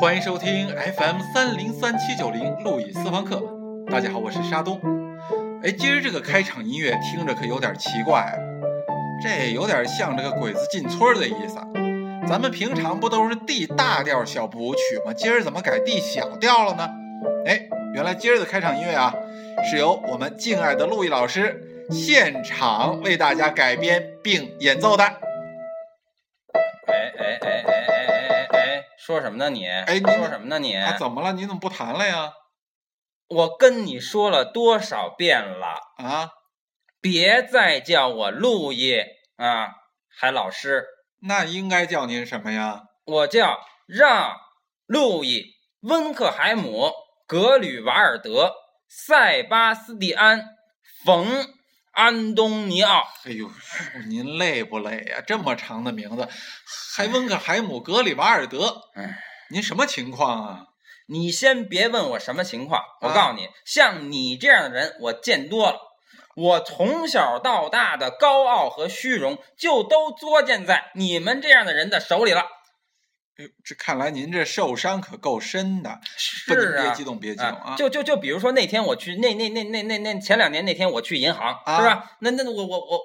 欢迎收听 FM 三零三七九零路易私房课。大家好，我是沙东。哎，今儿这个开场音乐听着可有点奇怪啊，这有点像这个鬼子进村儿的意思啊。咱们平常不都是 D 大调小步舞曲吗？今儿怎么改 D 小调了呢？哎，原来今儿的开场音乐啊，是由我们敬爱的路易老师现场为大家改编并演奏的。哎哎哎哎哎哎哎哎，说什么呢你？哎你说什么呢你？啊，怎么了？你怎么不弹了呀？我跟你说了多少遍了，啊，别再叫我陆毅啊，还老师，那应该叫您什么呀？我叫让路易温克海姆格吕瓦尔德塞巴斯蒂安冯安东尼奥。哎呦，您累不累呀、这么长的名字，还温克海姆、格里瓦尔德哎，您什么情况啊？你先别问我什么情况，我啊告诉你，像你这样的人我见多了。我从小到大的高傲和虚荣，就都作践在你们这样的人的手里了。哎呦，这看来您这受伤可够深的。不您是别啊激，动，别激动啊啊！就就就比如说那天我去那那那那那那前两年那天我去银行，啊是吧？那那我我我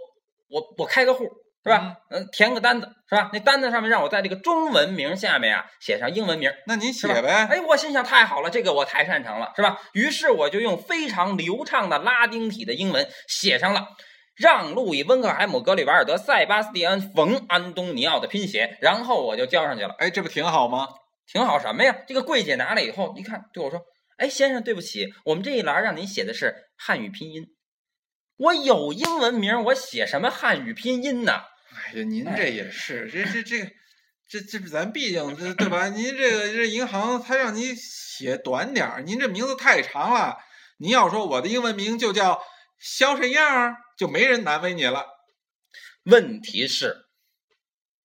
我我开个户。是吧？嗯，填个单子是吧？那单子上面让我在这个中文名下面啊写上英文名，那您写是吧呗。哎，我心想太好了，这个我太擅长了，是吧？于是我就用非常流畅的拉丁体的英文写上了。让路易温克海姆格里瓦尔德塞巴斯蒂安冯安东尼奥的拼写，然后我就交上去了，哎，这不挺好吗？挺好什么呀？这个柜姐拿了以后，一看对我说：“哎，先生，对不起，我们这一栏让您写的是汉语拼音。我有英文名，我写什么汉语拼音呢？哎呀，您这也是，这这这个，这这咱毕竟这对吧？您这个这银行他让你写短点儿，您这名字太长了。您要说我的英文名就叫肖沈样儿，就没人难为你了。问题是，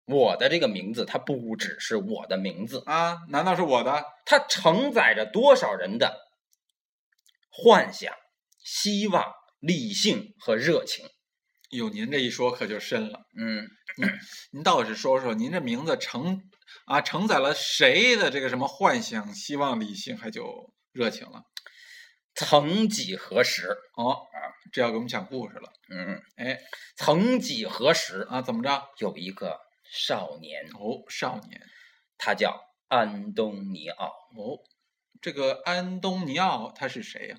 我的这个名字它不只是我的名字，啊？难道是我的？它承载着多少人的幻想、希望、理性和热情。哟，您这一说可就深了。嗯，您倒是说说，您这名字承啊承载了谁的这个什么幻想、希望、理性，还就热情了？曾几何时，哦，这要给我们讲故事了。嗯，哎曾几何时，啊，怎么着？有一个少年，哦，少年他叫安东尼奥。哦，这个安东尼奥他是谁呀、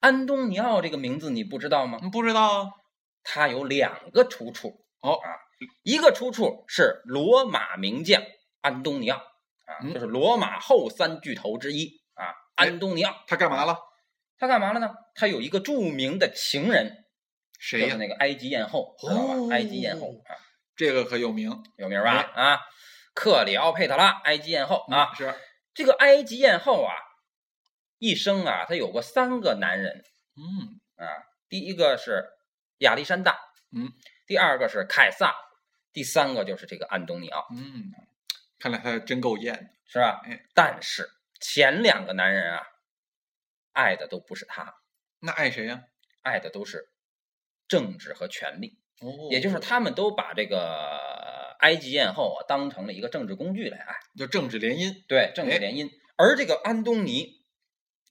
安东尼奥这个名字你不知道吗？你不知道啊？他有两个出处哦啊，一个出处是罗马名将安东尼奥啊，嗯就是罗马后三巨头之一啊，哎安东尼奥。他干嘛了？他干嘛了呢？他有一个著名的情人，就谁呀、是那个埃及艳后，知道吧？哦埃及艳后啊，这个可有名有名吧？啊，克里奥佩特拉，埃及艳后啊。嗯是这个埃及艳后啊，一生啊，她有过三个男人嗯啊。第一个是亚历山大，嗯，第二个是凯撒，第三个就是这个安东尼奥，嗯，看来他真够艳的。是吧嗯？但是前两个男人啊，爱的都不是他，那爱谁呀、爱的都是政治和权力。哦，也就是他们都把这个埃及艳后啊当成了一个政治工具来爱，就政治联姻。对政哎治联姻。而这个安东尼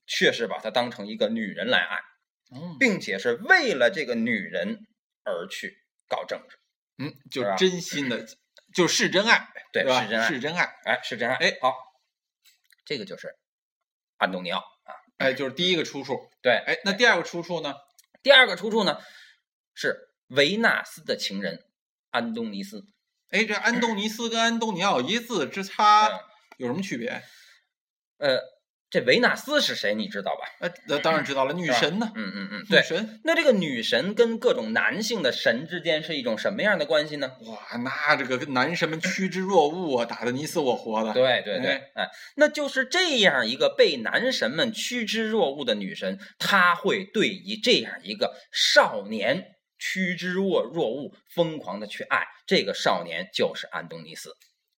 却是把她当成一个女人来爱，哦，并且是为了这个女人而去搞政治，嗯，就是吧真心 的，就是真爱，对，吧？是真爱，是真爱。哎，是真爱。哎，好，这个就是安东尼奥啊。哎，就是第一个出处。对，哎，那第二个出处呢？第二个出处呢是维纳斯的情人安东尼斯。哎，这安东尼斯跟安东尼奥一字之嗯差，有什么区别？呃，这维纳斯是谁？你知道吧？呃，那当然知道了，女是吧神呢？嗯嗯嗯，女对，神。那这个女神跟各种男性的神之间是一种什么样的关系呢？哇，那这个男神们趋之若鹜啊，打得你死我活的。对对对，哎，那就是这样一个被男神们趋之若鹜的女神，她会对以这样一个少年趋之若若鹜，疯狂的去爱。这个少年就是安东尼斯。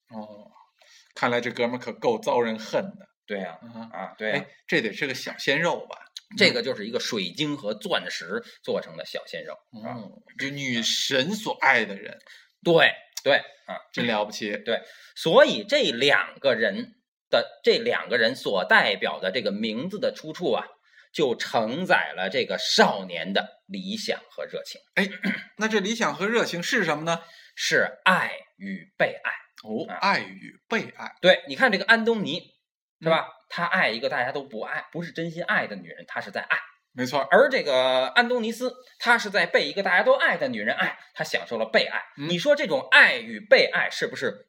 哦，看来这哥们儿可够遭人恨的对呀、啊！啊，嗯对呀、哎，这得是个小鲜肉吧？这个就是一个水晶和钻石做成的小鲜肉。啊，哦，就女神所爱的人，对对啊，真了不起。所以这两个人的这两个人所代表的这个名字的出处啊，就承载了这个少年的理想和热情，那这理想和热情是什么呢？是爱与被爱。哦啊，爱与被爱。对，你看这个安东尼，是吧？他爱一个大家都不爱，不是真心爱的女人，他是在爱；没错儿，而这个安东尼斯，他是在被一个大家都爱的女人爱，他享受了被爱。嗯你说这种爱与被爱，是不是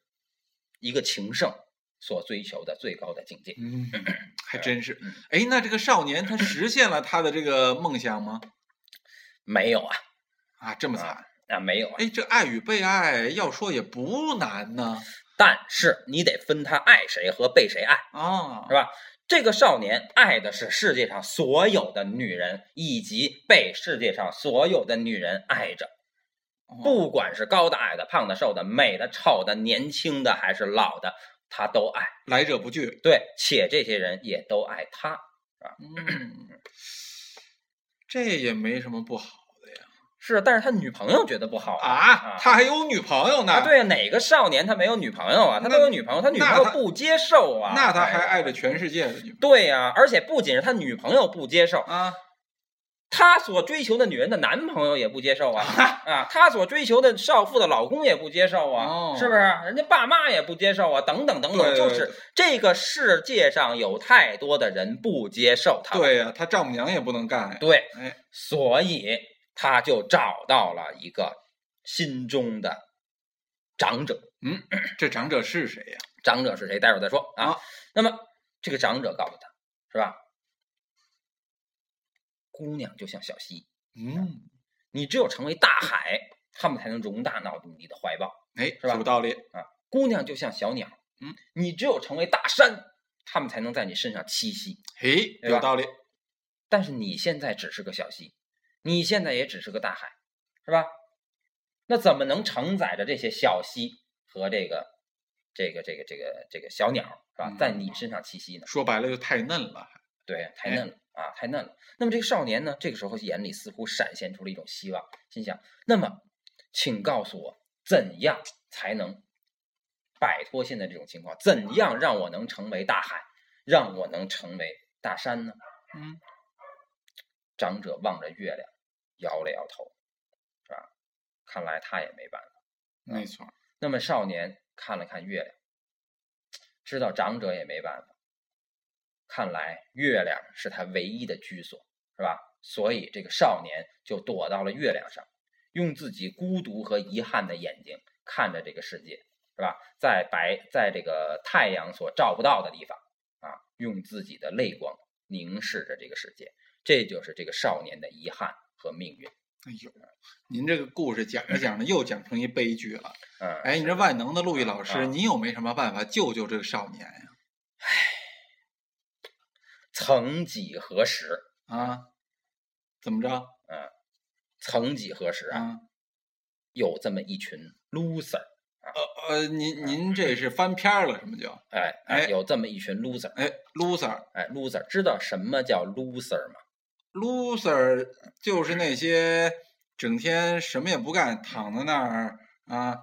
一个情圣所追求的最高的境界？嗯，还真是嗯。哎，那这个少年他实现了他的这个梦想吗？没有啊，啊，这么惨。啊，没有啊。哎，这爱与被爱要说也不难呢。但是你得分他爱谁和被谁爱。啊是，吧？这个少年爱的是世界上所有的女人，以及被世界上所有的女人爱着，哦不管是高的、矮的、胖的、瘦的、美的、丑的、年轻的还是老的，他都爱。来者不拒。对，且这些人也都爱他。嗯， 这也没什么不好的呀。是，但是他女朋友觉得不好啊，他还有女朋友呢。啊，对啊，哪个少年他没有女朋友啊？他那都有女朋友，他女朋那友他不接受啊。那他还哎爱着全世界的女对呀、而且不仅是他女朋友不接受，啊。他所追求的女人的男朋友也不接 受啊啊，他所追求的少妇的老公也不接受啊，哦是不是？人家爸妈也不接受啊，等等等等，对就是这个世界上有太多的人不接受他，对呀，他丈母娘也不能干呀。对哎所以他就找到了一个心中的长者，这长者是谁呀？长者是谁？待会儿再说啊。啊那么这个长者告诉他是吧？姑娘就像小溪，嗯，你只有成为大海，他们才能容大脑你的怀抱。哎，吧有道理。姑娘就像小鸟，嗯，你只有成为大山，他们才能在你身上栖息。嘿，对吧有道理。但是你现在只是个小溪，你现在也只是个大海，是吧？那怎么能承载着这些小溪和这个这个这个这个这个小鸟是吧嗯，在你身上栖息呢？说白了就太嫩了。对，太哎嫩了啊，太嫩了。那么这个少年呢，这个时候眼里似乎闪现出了一种希望，心想：那么，请告诉我，怎样才能摆脱现在这种情况？怎样让我能成为大海，让我能成为大山呢？嗯，长者望着月亮，摇了摇头，是吧？看来他也没办法。嗯啊没错。那么少年看了看月亮，知道长者也没办法，看来月亮是他唯一的居所，是吧？所以这个少年就躲到了月亮上，用自己孤独和遗憾的眼睛看着这个世界，是吧？在白在这个太阳所照不到的地方啊，用自己的泪光凝视着这个世界，这就是这个少年的遗憾和命运。哎呦，您这个故事讲着讲着又讲成一悲剧了。嗯，哎，你这万能的陆毅老啊师，你有没什么办法救救这个少年呀？曾几何时，啊，怎么着？曾几何时啊？啊，有这么一群 loser，呃，您您这是翻篇儿了，什么就？哎哎有这么一群 loser，哎，loser，loser 哎，loser 知道什么叫 loser 吗？就是那些整天什么也不干，躺在那儿啊，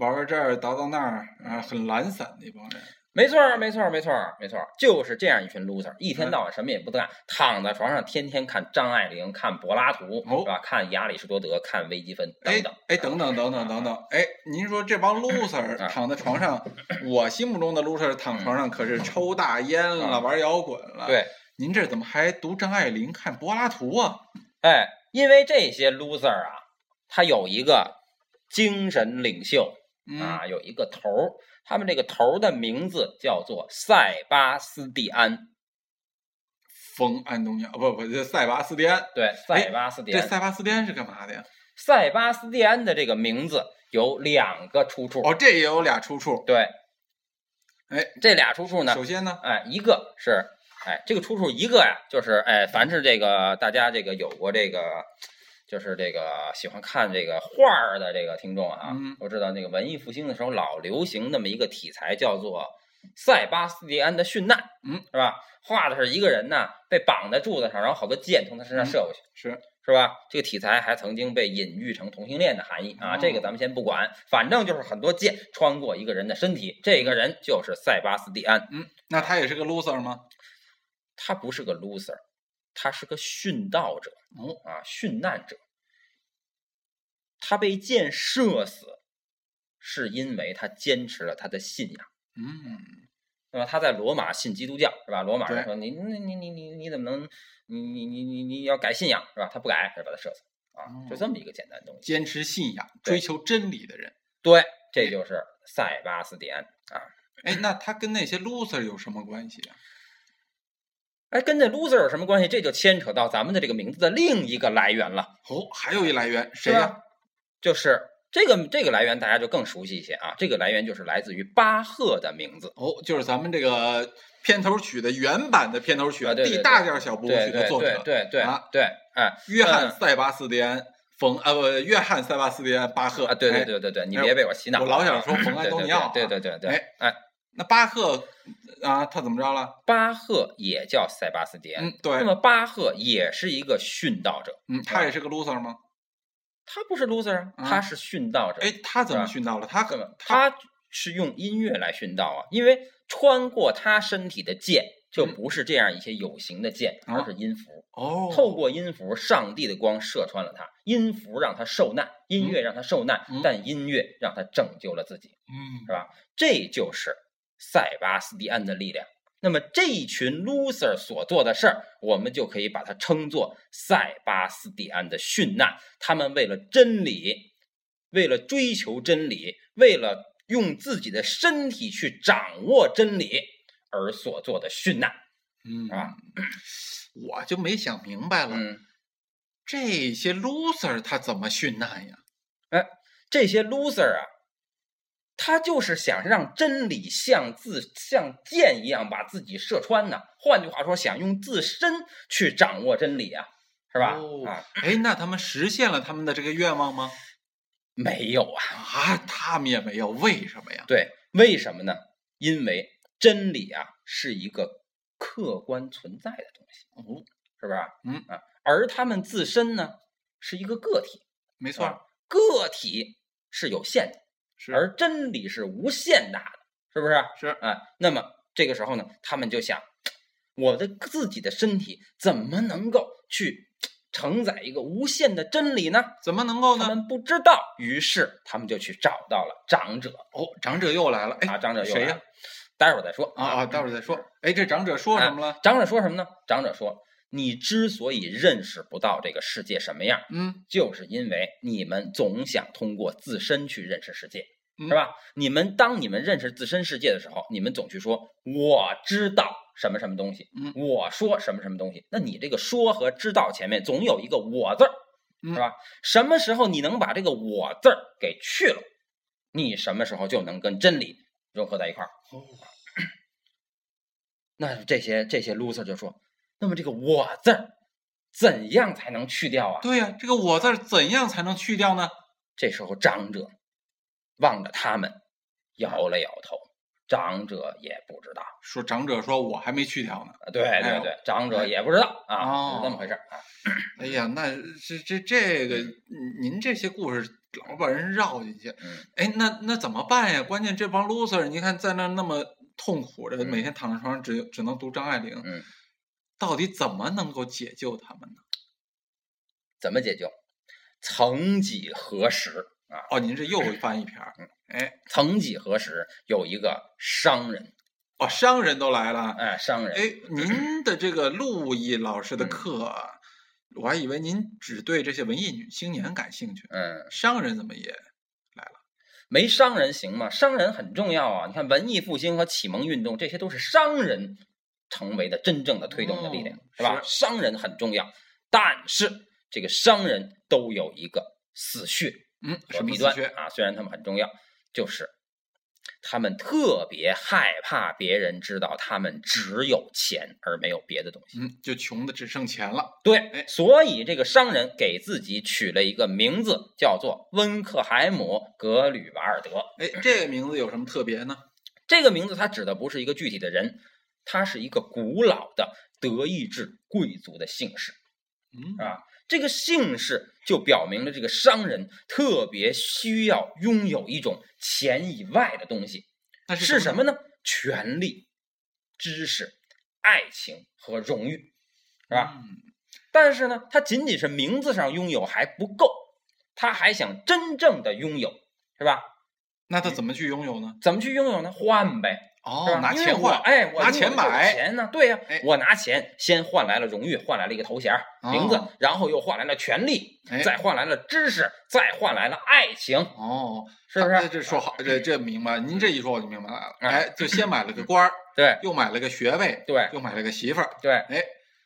玩玩这儿，叨叨那儿啊，很懒散的一帮人。没错儿，没错儿，没错儿，没错儿，就是这样一群 loser，一天嗯到晚什么也不干，躺在床上天天看张爱玲、看柏拉图，哦是吧？看亚里士多德、看微积分哎等等。哎，等等等等等等，哎，您说这帮 loser 啊躺在床 上，我心目中的 loser 躺床上可是抽大烟嗯啊了，玩摇滚了。，对，您这怎么还读张爱玲、看柏拉图啊？哎，因为这些 loser 啊，他有一个精神领袖，嗯，啊，有一个头儿，他们这个头儿的名字叫做塞巴斯蒂安。冯安东尼奥，不不，这塞巴斯蒂安，对，哎塞巴斯蒂这安。塞巴斯蒂安是干嘛的呀？塞巴斯蒂安的这个名字有两个出处，哦，这也有俩出处。对，哎，这俩出处呢，首先呢，哎，一个是哎这个出处一个呀、就是哎，凡是这个大家这个有过这个。就是这个喜欢看这个画儿的这个听众啊嗯，都知道那个文艺复兴的时候老流行那么一个题材，叫做塞巴斯蒂安的殉难，嗯，嗯是吧？画的是一个人呢被绑在柱子上，然后好多箭从他身上射过去，是是吧？这个题材还曾经被隐喻成同性恋的含义啊，哦这个咱们先不管，反正就是很多箭穿过一个人的身体，这个人就是塞巴斯蒂安，嗯，那他也是个 loser 吗？他不是个 loser，他是个殉道者哦啊，殉难者。他被箭射死，是因为他坚持了他的信仰。嗯，那么他在罗马信基督教是吧？罗马人对说你你你你你你怎么能你你你你你要改信仰是吧？他不改，就把他射死啊，就哦这么一个简单的东西。坚持信仰、对追求真理的人。对，这就是塞巴斯蒂安啊。哎，那他跟那些 loser 有什么关系啊？哎，跟这 loser 有什么关系？这就牵扯到咱们的这个名字的另一个来源了，哦，还有一来源，谁是啊呀、吧？就是这个这个来源大家就更熟悉一些啊。这个来源就是来自于巴赫的名字，哦，就是咱们这个片头曲的原版的片头曲啊对对 D 对大调小步舞对曲对的作对者对对啊对，哎约翰·嗯塞巴斯蒂安·冯呃不，约翰·塞巴斯蒂安·巴赫啊，对对哎对对对，你哎别被我洗脑我了啊，老想说冯安对东对尼奥对啊对对对，哎哎。那巴赫啊，他怎么着了？巴赫也叫塞巴斯蒂安。嗯，那对，么巴赫也是一个殉道者，嗯，他也是个 loser 吗？他不是 loser 啊，啊他是殉道者。哎，，他怎么是殉道了？他那嗯么他他是用音乐来殉道啊，因为穿过他身体的剑就嗯不是这样一些有形的剑，啊而是音符。哦，透过音符，上帝的光射穿了他，音符让他受难，音乐让他受难，嗯但音乐让他拯救了自己。嗯是吧？这就是塞巴斯蒂安的力量。那么这一群 loser 所做的事儿，我们就可以把它称作塞巴斯蒂安的殉难。他们为了真理，为了追求真理，为了用自己的身体去掌握真理而所做的殉难。嗯啊，我就没想明白了，嗯，这些 loser 他怎么殉难呀？这些 loser 啊，他就是想让真理像自像箭一样把自己射穿呢。换句话说，想用自身去掌握真理啊，是吧？哦啊，哎，那他们实现了他们的这个愿望吗？没有啊，啊，他们也没有，为什么呀？对，为什么呢？因为真理啊是一个客观存在的东西，哦，是吧？嗯啊，而他们自身呢是一个个体，没错啊儿，个体是有限的，是而真理是无限大的，是不是？是啊，那么这个时候呢，他们就想，我的自己的身体怎么能够去承载一个无限的真理呢？怎么能够他呢？们不知道，于是他们就去找到了长者哦，长者又来了，哎，啊，嗯长者又谁来呀了？待会儿再说啊啊，待会儿再说。哎，这长者说什么了？长者说什么呢？长者说，你之所以认识不到这个世界什么样，嗯，就是因为你们总想通过自身去认识世界，嗯是吧？你们当你们认识自身世界的时候，你们总去说我知道什么什么东西，嗯我说什么什么东西。那你这个说和知道前面总有一个我字儿，嗯是吧？什么时候你能把这个我字儿给去了，你什么时候就能跟真理融合在一块儿。哦那这些这些 loser 就说，那么这个我字儿怎样才能去掉啊？对呀，这个我字儿怎样才能去掉呢？这时候长者望着他们，摇了摇头。长者也不知道，说长者说我还没去掉呢。啊对哎对呦对，长者也不知道啊，哦就是这么回事儿啊。哎呀，那这这这个，您这些故事老把人绕进去嗯，哎，那那怎么办呀？关键这帮 loser，你看在那儿那么痛苦着，嗯每天躺在床上只只能读张爱玲，嗯，到底怎么能够解救他们呢？怎么解救？曾几何时啊？哦，您这又翻一篇儿，嗯哎，曾几何时，有一个商人，哦，商人都来了，哎，商人，哎，您的这个陆毅老师的嗯课啊，我还以为您只对这些文艺女青年感兴趣，嗯，商人怎么也没商人行吗？商人很重要啊！你看文艺复兴和启蒙运动，这些都是商人成为的真正的推动的力量，哦是吧？商人很重要，但是这个商人都有一个死穴嗯和什么弊死端穴？啊，虽然他们很重要，就是他们特别害怕别人知道他们只有钱而没有别的东西。嗯，就穷的只剩钱了。对，所以这个商人给自己取了一个名字，叫做温克海姆·格吕瓦尔德。哎，这个名字有什么特别呢？这个名字它指的不是一个具体的人，它是一个古老的德意志贵族的姓氏。嗯啊，这个姓氏就表明了这个商人特别需要拥有一种钱以外的东西，那是什么么呢？权力、知识、爱情和荣誉，是吧？呢？嗯但是呢，他仅仅是名字上拥有还不够，他还想真正的拥有，是吧？那他怎么去拥有呢？怎么去拥有呢？换呗，是哦吧，拿因为钱我换，哎，我拿因为钱我就有买钱呢？对呀、哎我拿钱先换来了荣誉，换来了一个头衔儿、名字哦，然后又换来了权利，哎再换来了知识，再换来了爱情，哦，是不他是？这说好，这这明白。您这一说我就明白了。哎哎，就先买了个官儿，对又买了个学位，对又买了个媳妇儿。对，哎，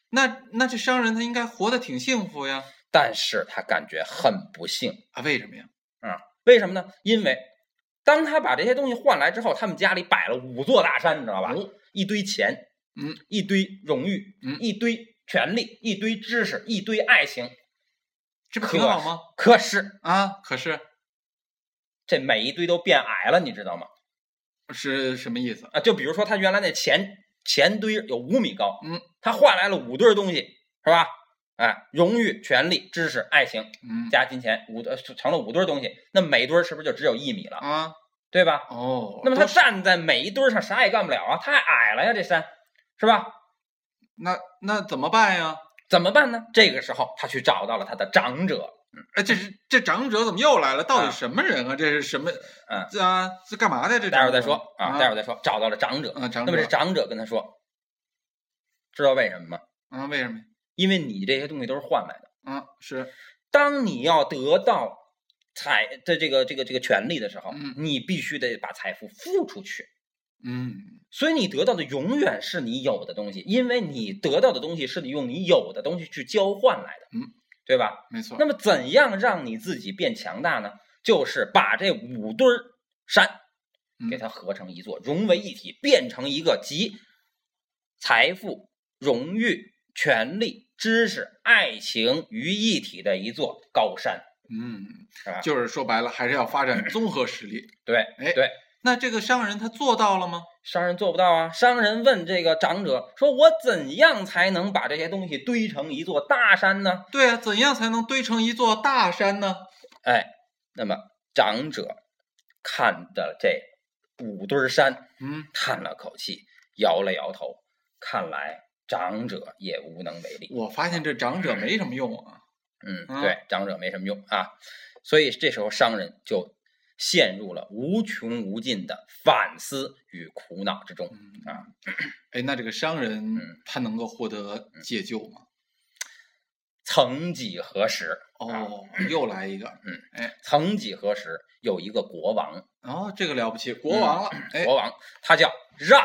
那那这商人他应该活得挺幸福呀？但是他感觉很不幸，啊，为什么呀？为什么呢？因为当他把这些东西换来之后，他们家里摆了五座大山，你知道吧？哦一堆钱，嗯，一堆荣誉，嗯一堆权利，一堆知识，一堆爱情。这不挺好吗？可是啊，可是这每一堆都变矮了，你知道吗？是什么意思？啊，就比如说他原来那钱钱堆有五米高，嗯，他换来了五堆东西，是吧？哎，荣誉、权利、知识、爱情嗯加金钱，五堆成了五堆东西，那每堆是不是就只有一米了，啊，对吧？哦，那么他都是站在每一堆上啥也干不了啊，太矮了呀，这山，是吧？那那怎么办呀？怎么办呢？这个时候他去找到了他的长者，哎，这是这长者怎么又来了？到啊底什么人啊？这是什么？嗯这啊，这干嘛的？这待会长儿者再说啊，待会儿再说。找到了长者，啊，嗯长那么这者长者跟他说，知道为什么吗？啊，为什么呀？因为你这些东西都是换来的。啊，是当你要得到财的这个这个这个权利的时候，嗯你必须得把财富付出去。嗯，所以你得到的永远是你有的东西，因为你得到的东西是你用你有的东西去交换来的，嗯，对吧？没错那。么怎样让你自己变强大呢？就是把这五堆儿山嗯给它合成一座，融为一体，变成一个集财富、荣誉、权利、知识、爱情于一体的一座高山，嗯是吧，就是说白了，还是要发展综合实力。对，哎对。那这个商人他做到了吗？商人做不到啊！商人问这个长者说：“我怎样才能把这些东西堆成一座大山呢对啊，怎样才能堆成一座大山呢？？”哎，那么长者看的这五堆山，嗯，叹了口气，摇了摇头。看来长者也无能为力。我发现这长者没什么用啊。嗯，嗯对，长者没什么用啊。所以这时候商人就陷入了无穷无尽的反思与苦恼之中。嗯啊，哎，那这个商人嗯他能够获得解救吗？曾几何时，哦，又来一个。曾几何时有一个国王，哦，这个了不起，国王了。哎，嗯国王他叫让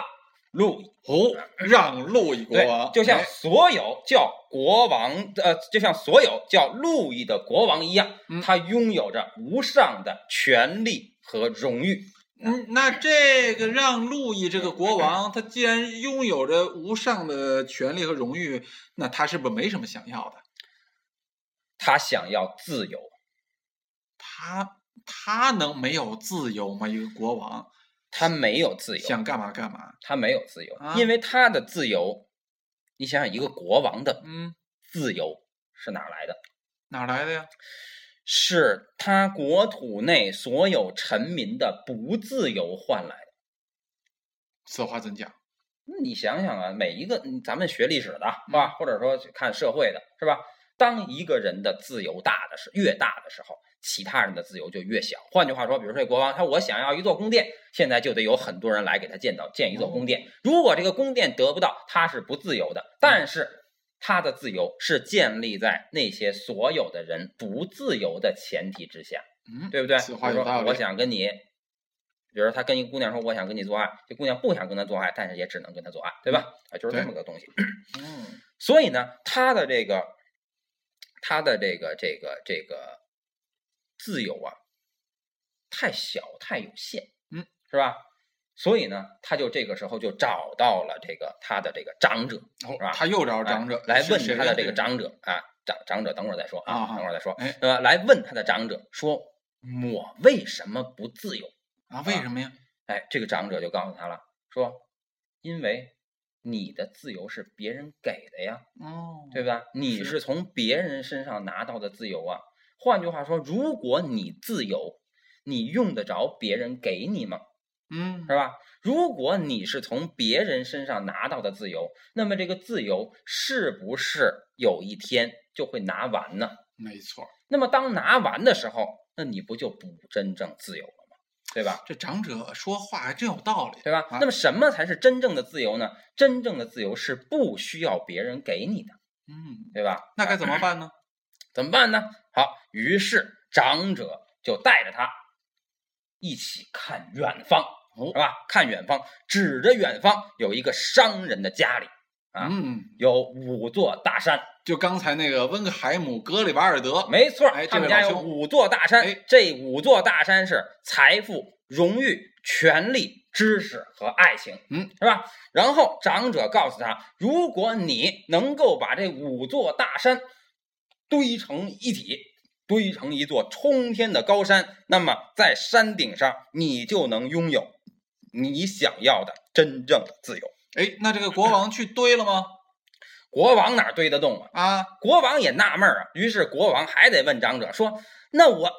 路易，哦，让路易国对王，，就像哎所有叫国王的呃，就像所有叫路易的国王一样嗯，他拥有着无上的权力和荣誉。嗯，那这个让路易这个国王，他既然拥有着无上的权利和荣誉，那他是不是没什么想要的？他想要自由，他他能没有自由吗？一个国王他没有自由，想干嘛干嘛？他没有自由啊，因为他的自由，你想想一个国王的嗯，自由是哪儿来的？哪儿来的呀？是他国土内所有臣民的不自由换来的。此话怎讲？那你想想啊，每一个嗯咱们学历史的是吧，或者说去看社会的是吧？当一个人的自由大的是越大的时候，其他人的自由就越小。换句话说，比如说这国王，他我想要一座宫殿，现在就得有很多人来给他建造建一座宫殿。如果这个宫殿得不到，他是不自由的。但是他的自由是建立在那些所有的人不自由的前提之下。嗯，对不对？此话我有说道理我想跟你，比如说他跟一个姑娘说我想跟你做爱，这姑娘不想跟他做爱，但是也只能跟他做爱，对吧？啊，就是这对么个东西。嗯，所以呢，他的这个，他的这个这个这个自由啊，太小太有限，嗯，是吧？所以呢，他就这个时候就找到了这个他的这个长者，哦是吧，他又找哎长者来是问谁他的呀这个长者啊，长长者，等会儿再说啊啊，啊等会儿再说哎。呃，来问他的长者说，我为什么不自由？嗯啊？为什么呀？哎，这个长者就告诉他了，说，因为你的自由是别人给的呀，哦，对吧？你是是从别人身上拿到的自由啊。换句话说，如果你自由，你用得着别人给你吗？嗯是，吧？如果你是从别人身上拿到的自由，那么这个自由是不是有一天就会拿完呢？没错，那么当拿完的时候，那你不就不真正自由了吗？对吧？这长者说话还真有道理。对吧？啊那么什么才是真正的自由呢？真正的自由是不需要别人给你的，嗯，对吧？那该怎么办呢？怎么办呢？好，于是长者就带着他一起看远方，哦是吧？看远方，指着远方有一个商人的家里， 啊嗯，有五座大山，就刚才那个温克海姆、格里瓦尔德，没错，哎他们这位家老有兄五座大山，哎这五座大山是财富、荣誉、权力、知识和爱情，嗯，是吧？然后长者告诉他，如果你能够把这五座大山堆成一体，堆成一座冲天的高山，那么在山顶上你就能拥有你想要的真正的自由。哎，那这个国王去堆了吗？国王哪堆得动啊？啊，国王也纳闷儿啊，于是国王还得问长者说：“那我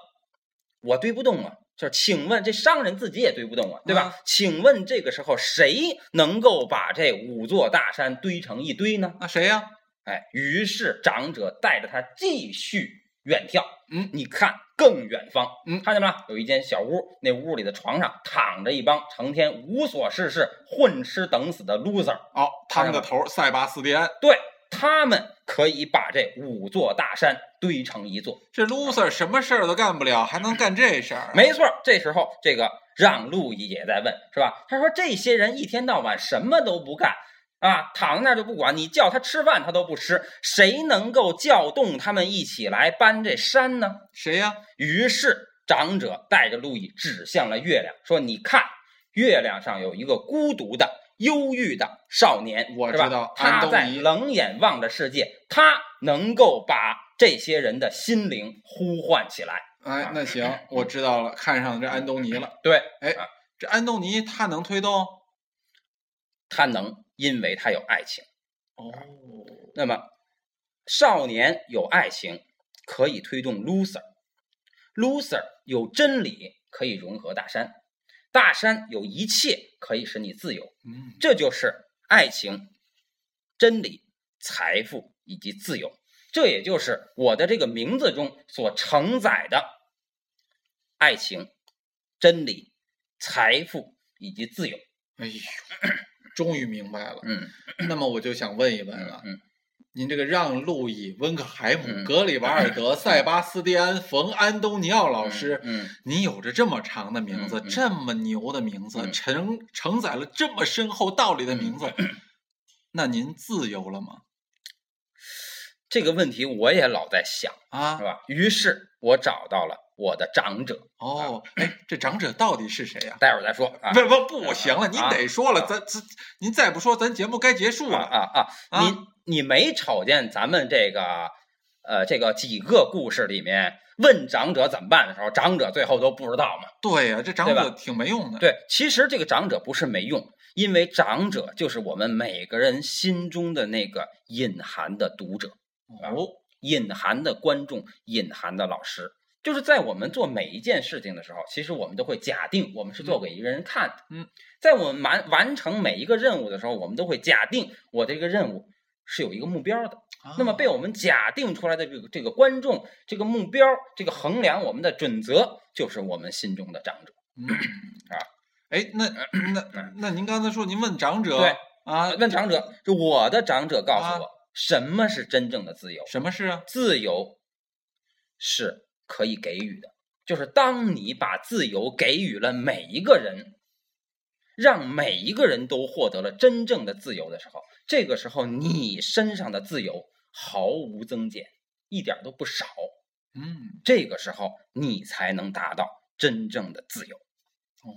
我堆不动啊，就是请问这商人自己也堆不动啊，对吧？请问这个时候谁能够把这五座大山堆成一堆呢？那谁呀？哎，于是长者带着他继续远眺。嗯，你看更远方，嗯看见吗？有一间小屋，那屋里的床上躺着一帮成天无所事事、混吃等死的 loser。哦，他们的头儿塞巴斯蒂安。对他们可以把这五座大山堆成一座。这 loser 什么事儿都干不了，还能干这事儿？啊没错儿，这时候这个让路也在问，是吧？他说这些人一天到晚什么都不干啊，躺那儿就不管，你叫他吃饭他都不吃，谁能够叫动他们一起来搬这山呢？谁呀？于是长者带着路易指向了月亮，说：“你看，月亮上有一个孤独的、忧郁的少年，我是吧知道安他东在尼冷眼望着世界，他能够把这些人的心灵呼唤起来。哎，那行，我知道了，看上这安东尼了。对，这安东尼他能推动？他能，因为他有爱情。哦，那么，少年有爱情，可以推动 loser；loser 有真理，可以融合大山；大山有一切，可以使你自由。”嗯，这就是爱情、真理、财富以及自由。这也就是我的这个名字中所承载的爱情、真理、财富以及自由。哎呦，终于明白了。嗯，那么我就想问一问嗯了，嗯，您这个让·路易·温克海姆、嗯格里瓦尔德、塞巴斯蒂安·冯·安东尼奥老师，嗯，您有着这么长的名字，嗯嗯这么牛的名字，嗯承承载了这么深厚道理的名字， 那您自由了吗？这个问题我也老在想，啊是，吧？于是我找到了我的长者，哦，哎，这长者到底是谁呀、待会儿再说啊。不不不，行了，您啊得说了，啊咱咱您再不说，咱节目该结束啊了。啊啊！啊你你没瞅见咱们这个呃这个几个故事里面问长者怎么办的时候，长者最后都不知道吗？对呀、这长对吧者挺没用的。，对，其实这个长者不是没用，因为长者就是我们每个人心中的那个隐含的读者、啊哦，隐含的观众、隐含的老师。就是在我们做每一件事情的时候，其实我们都会假定我们是做给一个人看的。嗯，在我们完完成每一个任务的时候，我们都会假定我这个任务是有一个目标的。啊那么被我们假定出来的这个这个观众、这个目标、这个衡量我们的准则，就是我们心中的长者。 啊，哎，那那那您刚才说您问长者对啊，问长者，就我的长者告诉我，什么是真正的自由？什么事啊？自由是可以给予的，就是当你把自由给予了每一个人，让每一个人都获得了真正的自由的时候，这个时候你身上的自由毫无增减，一点儿都不少。嗯，这个时候你才能达到真正的自由。哦，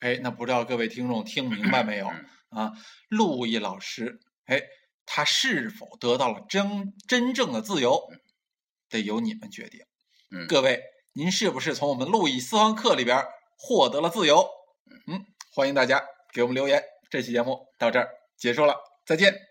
哎，那不知道各位听众听明白没有嗯啊？陆毅老师，哎，他是否得到了真真正的自由，得由你们决定。嗯各位，您是不是从我们路易私房课里边嗯儿获得了自由？嗯，欢迎大家给我们留言。这期节目到这儿，结束了，再见。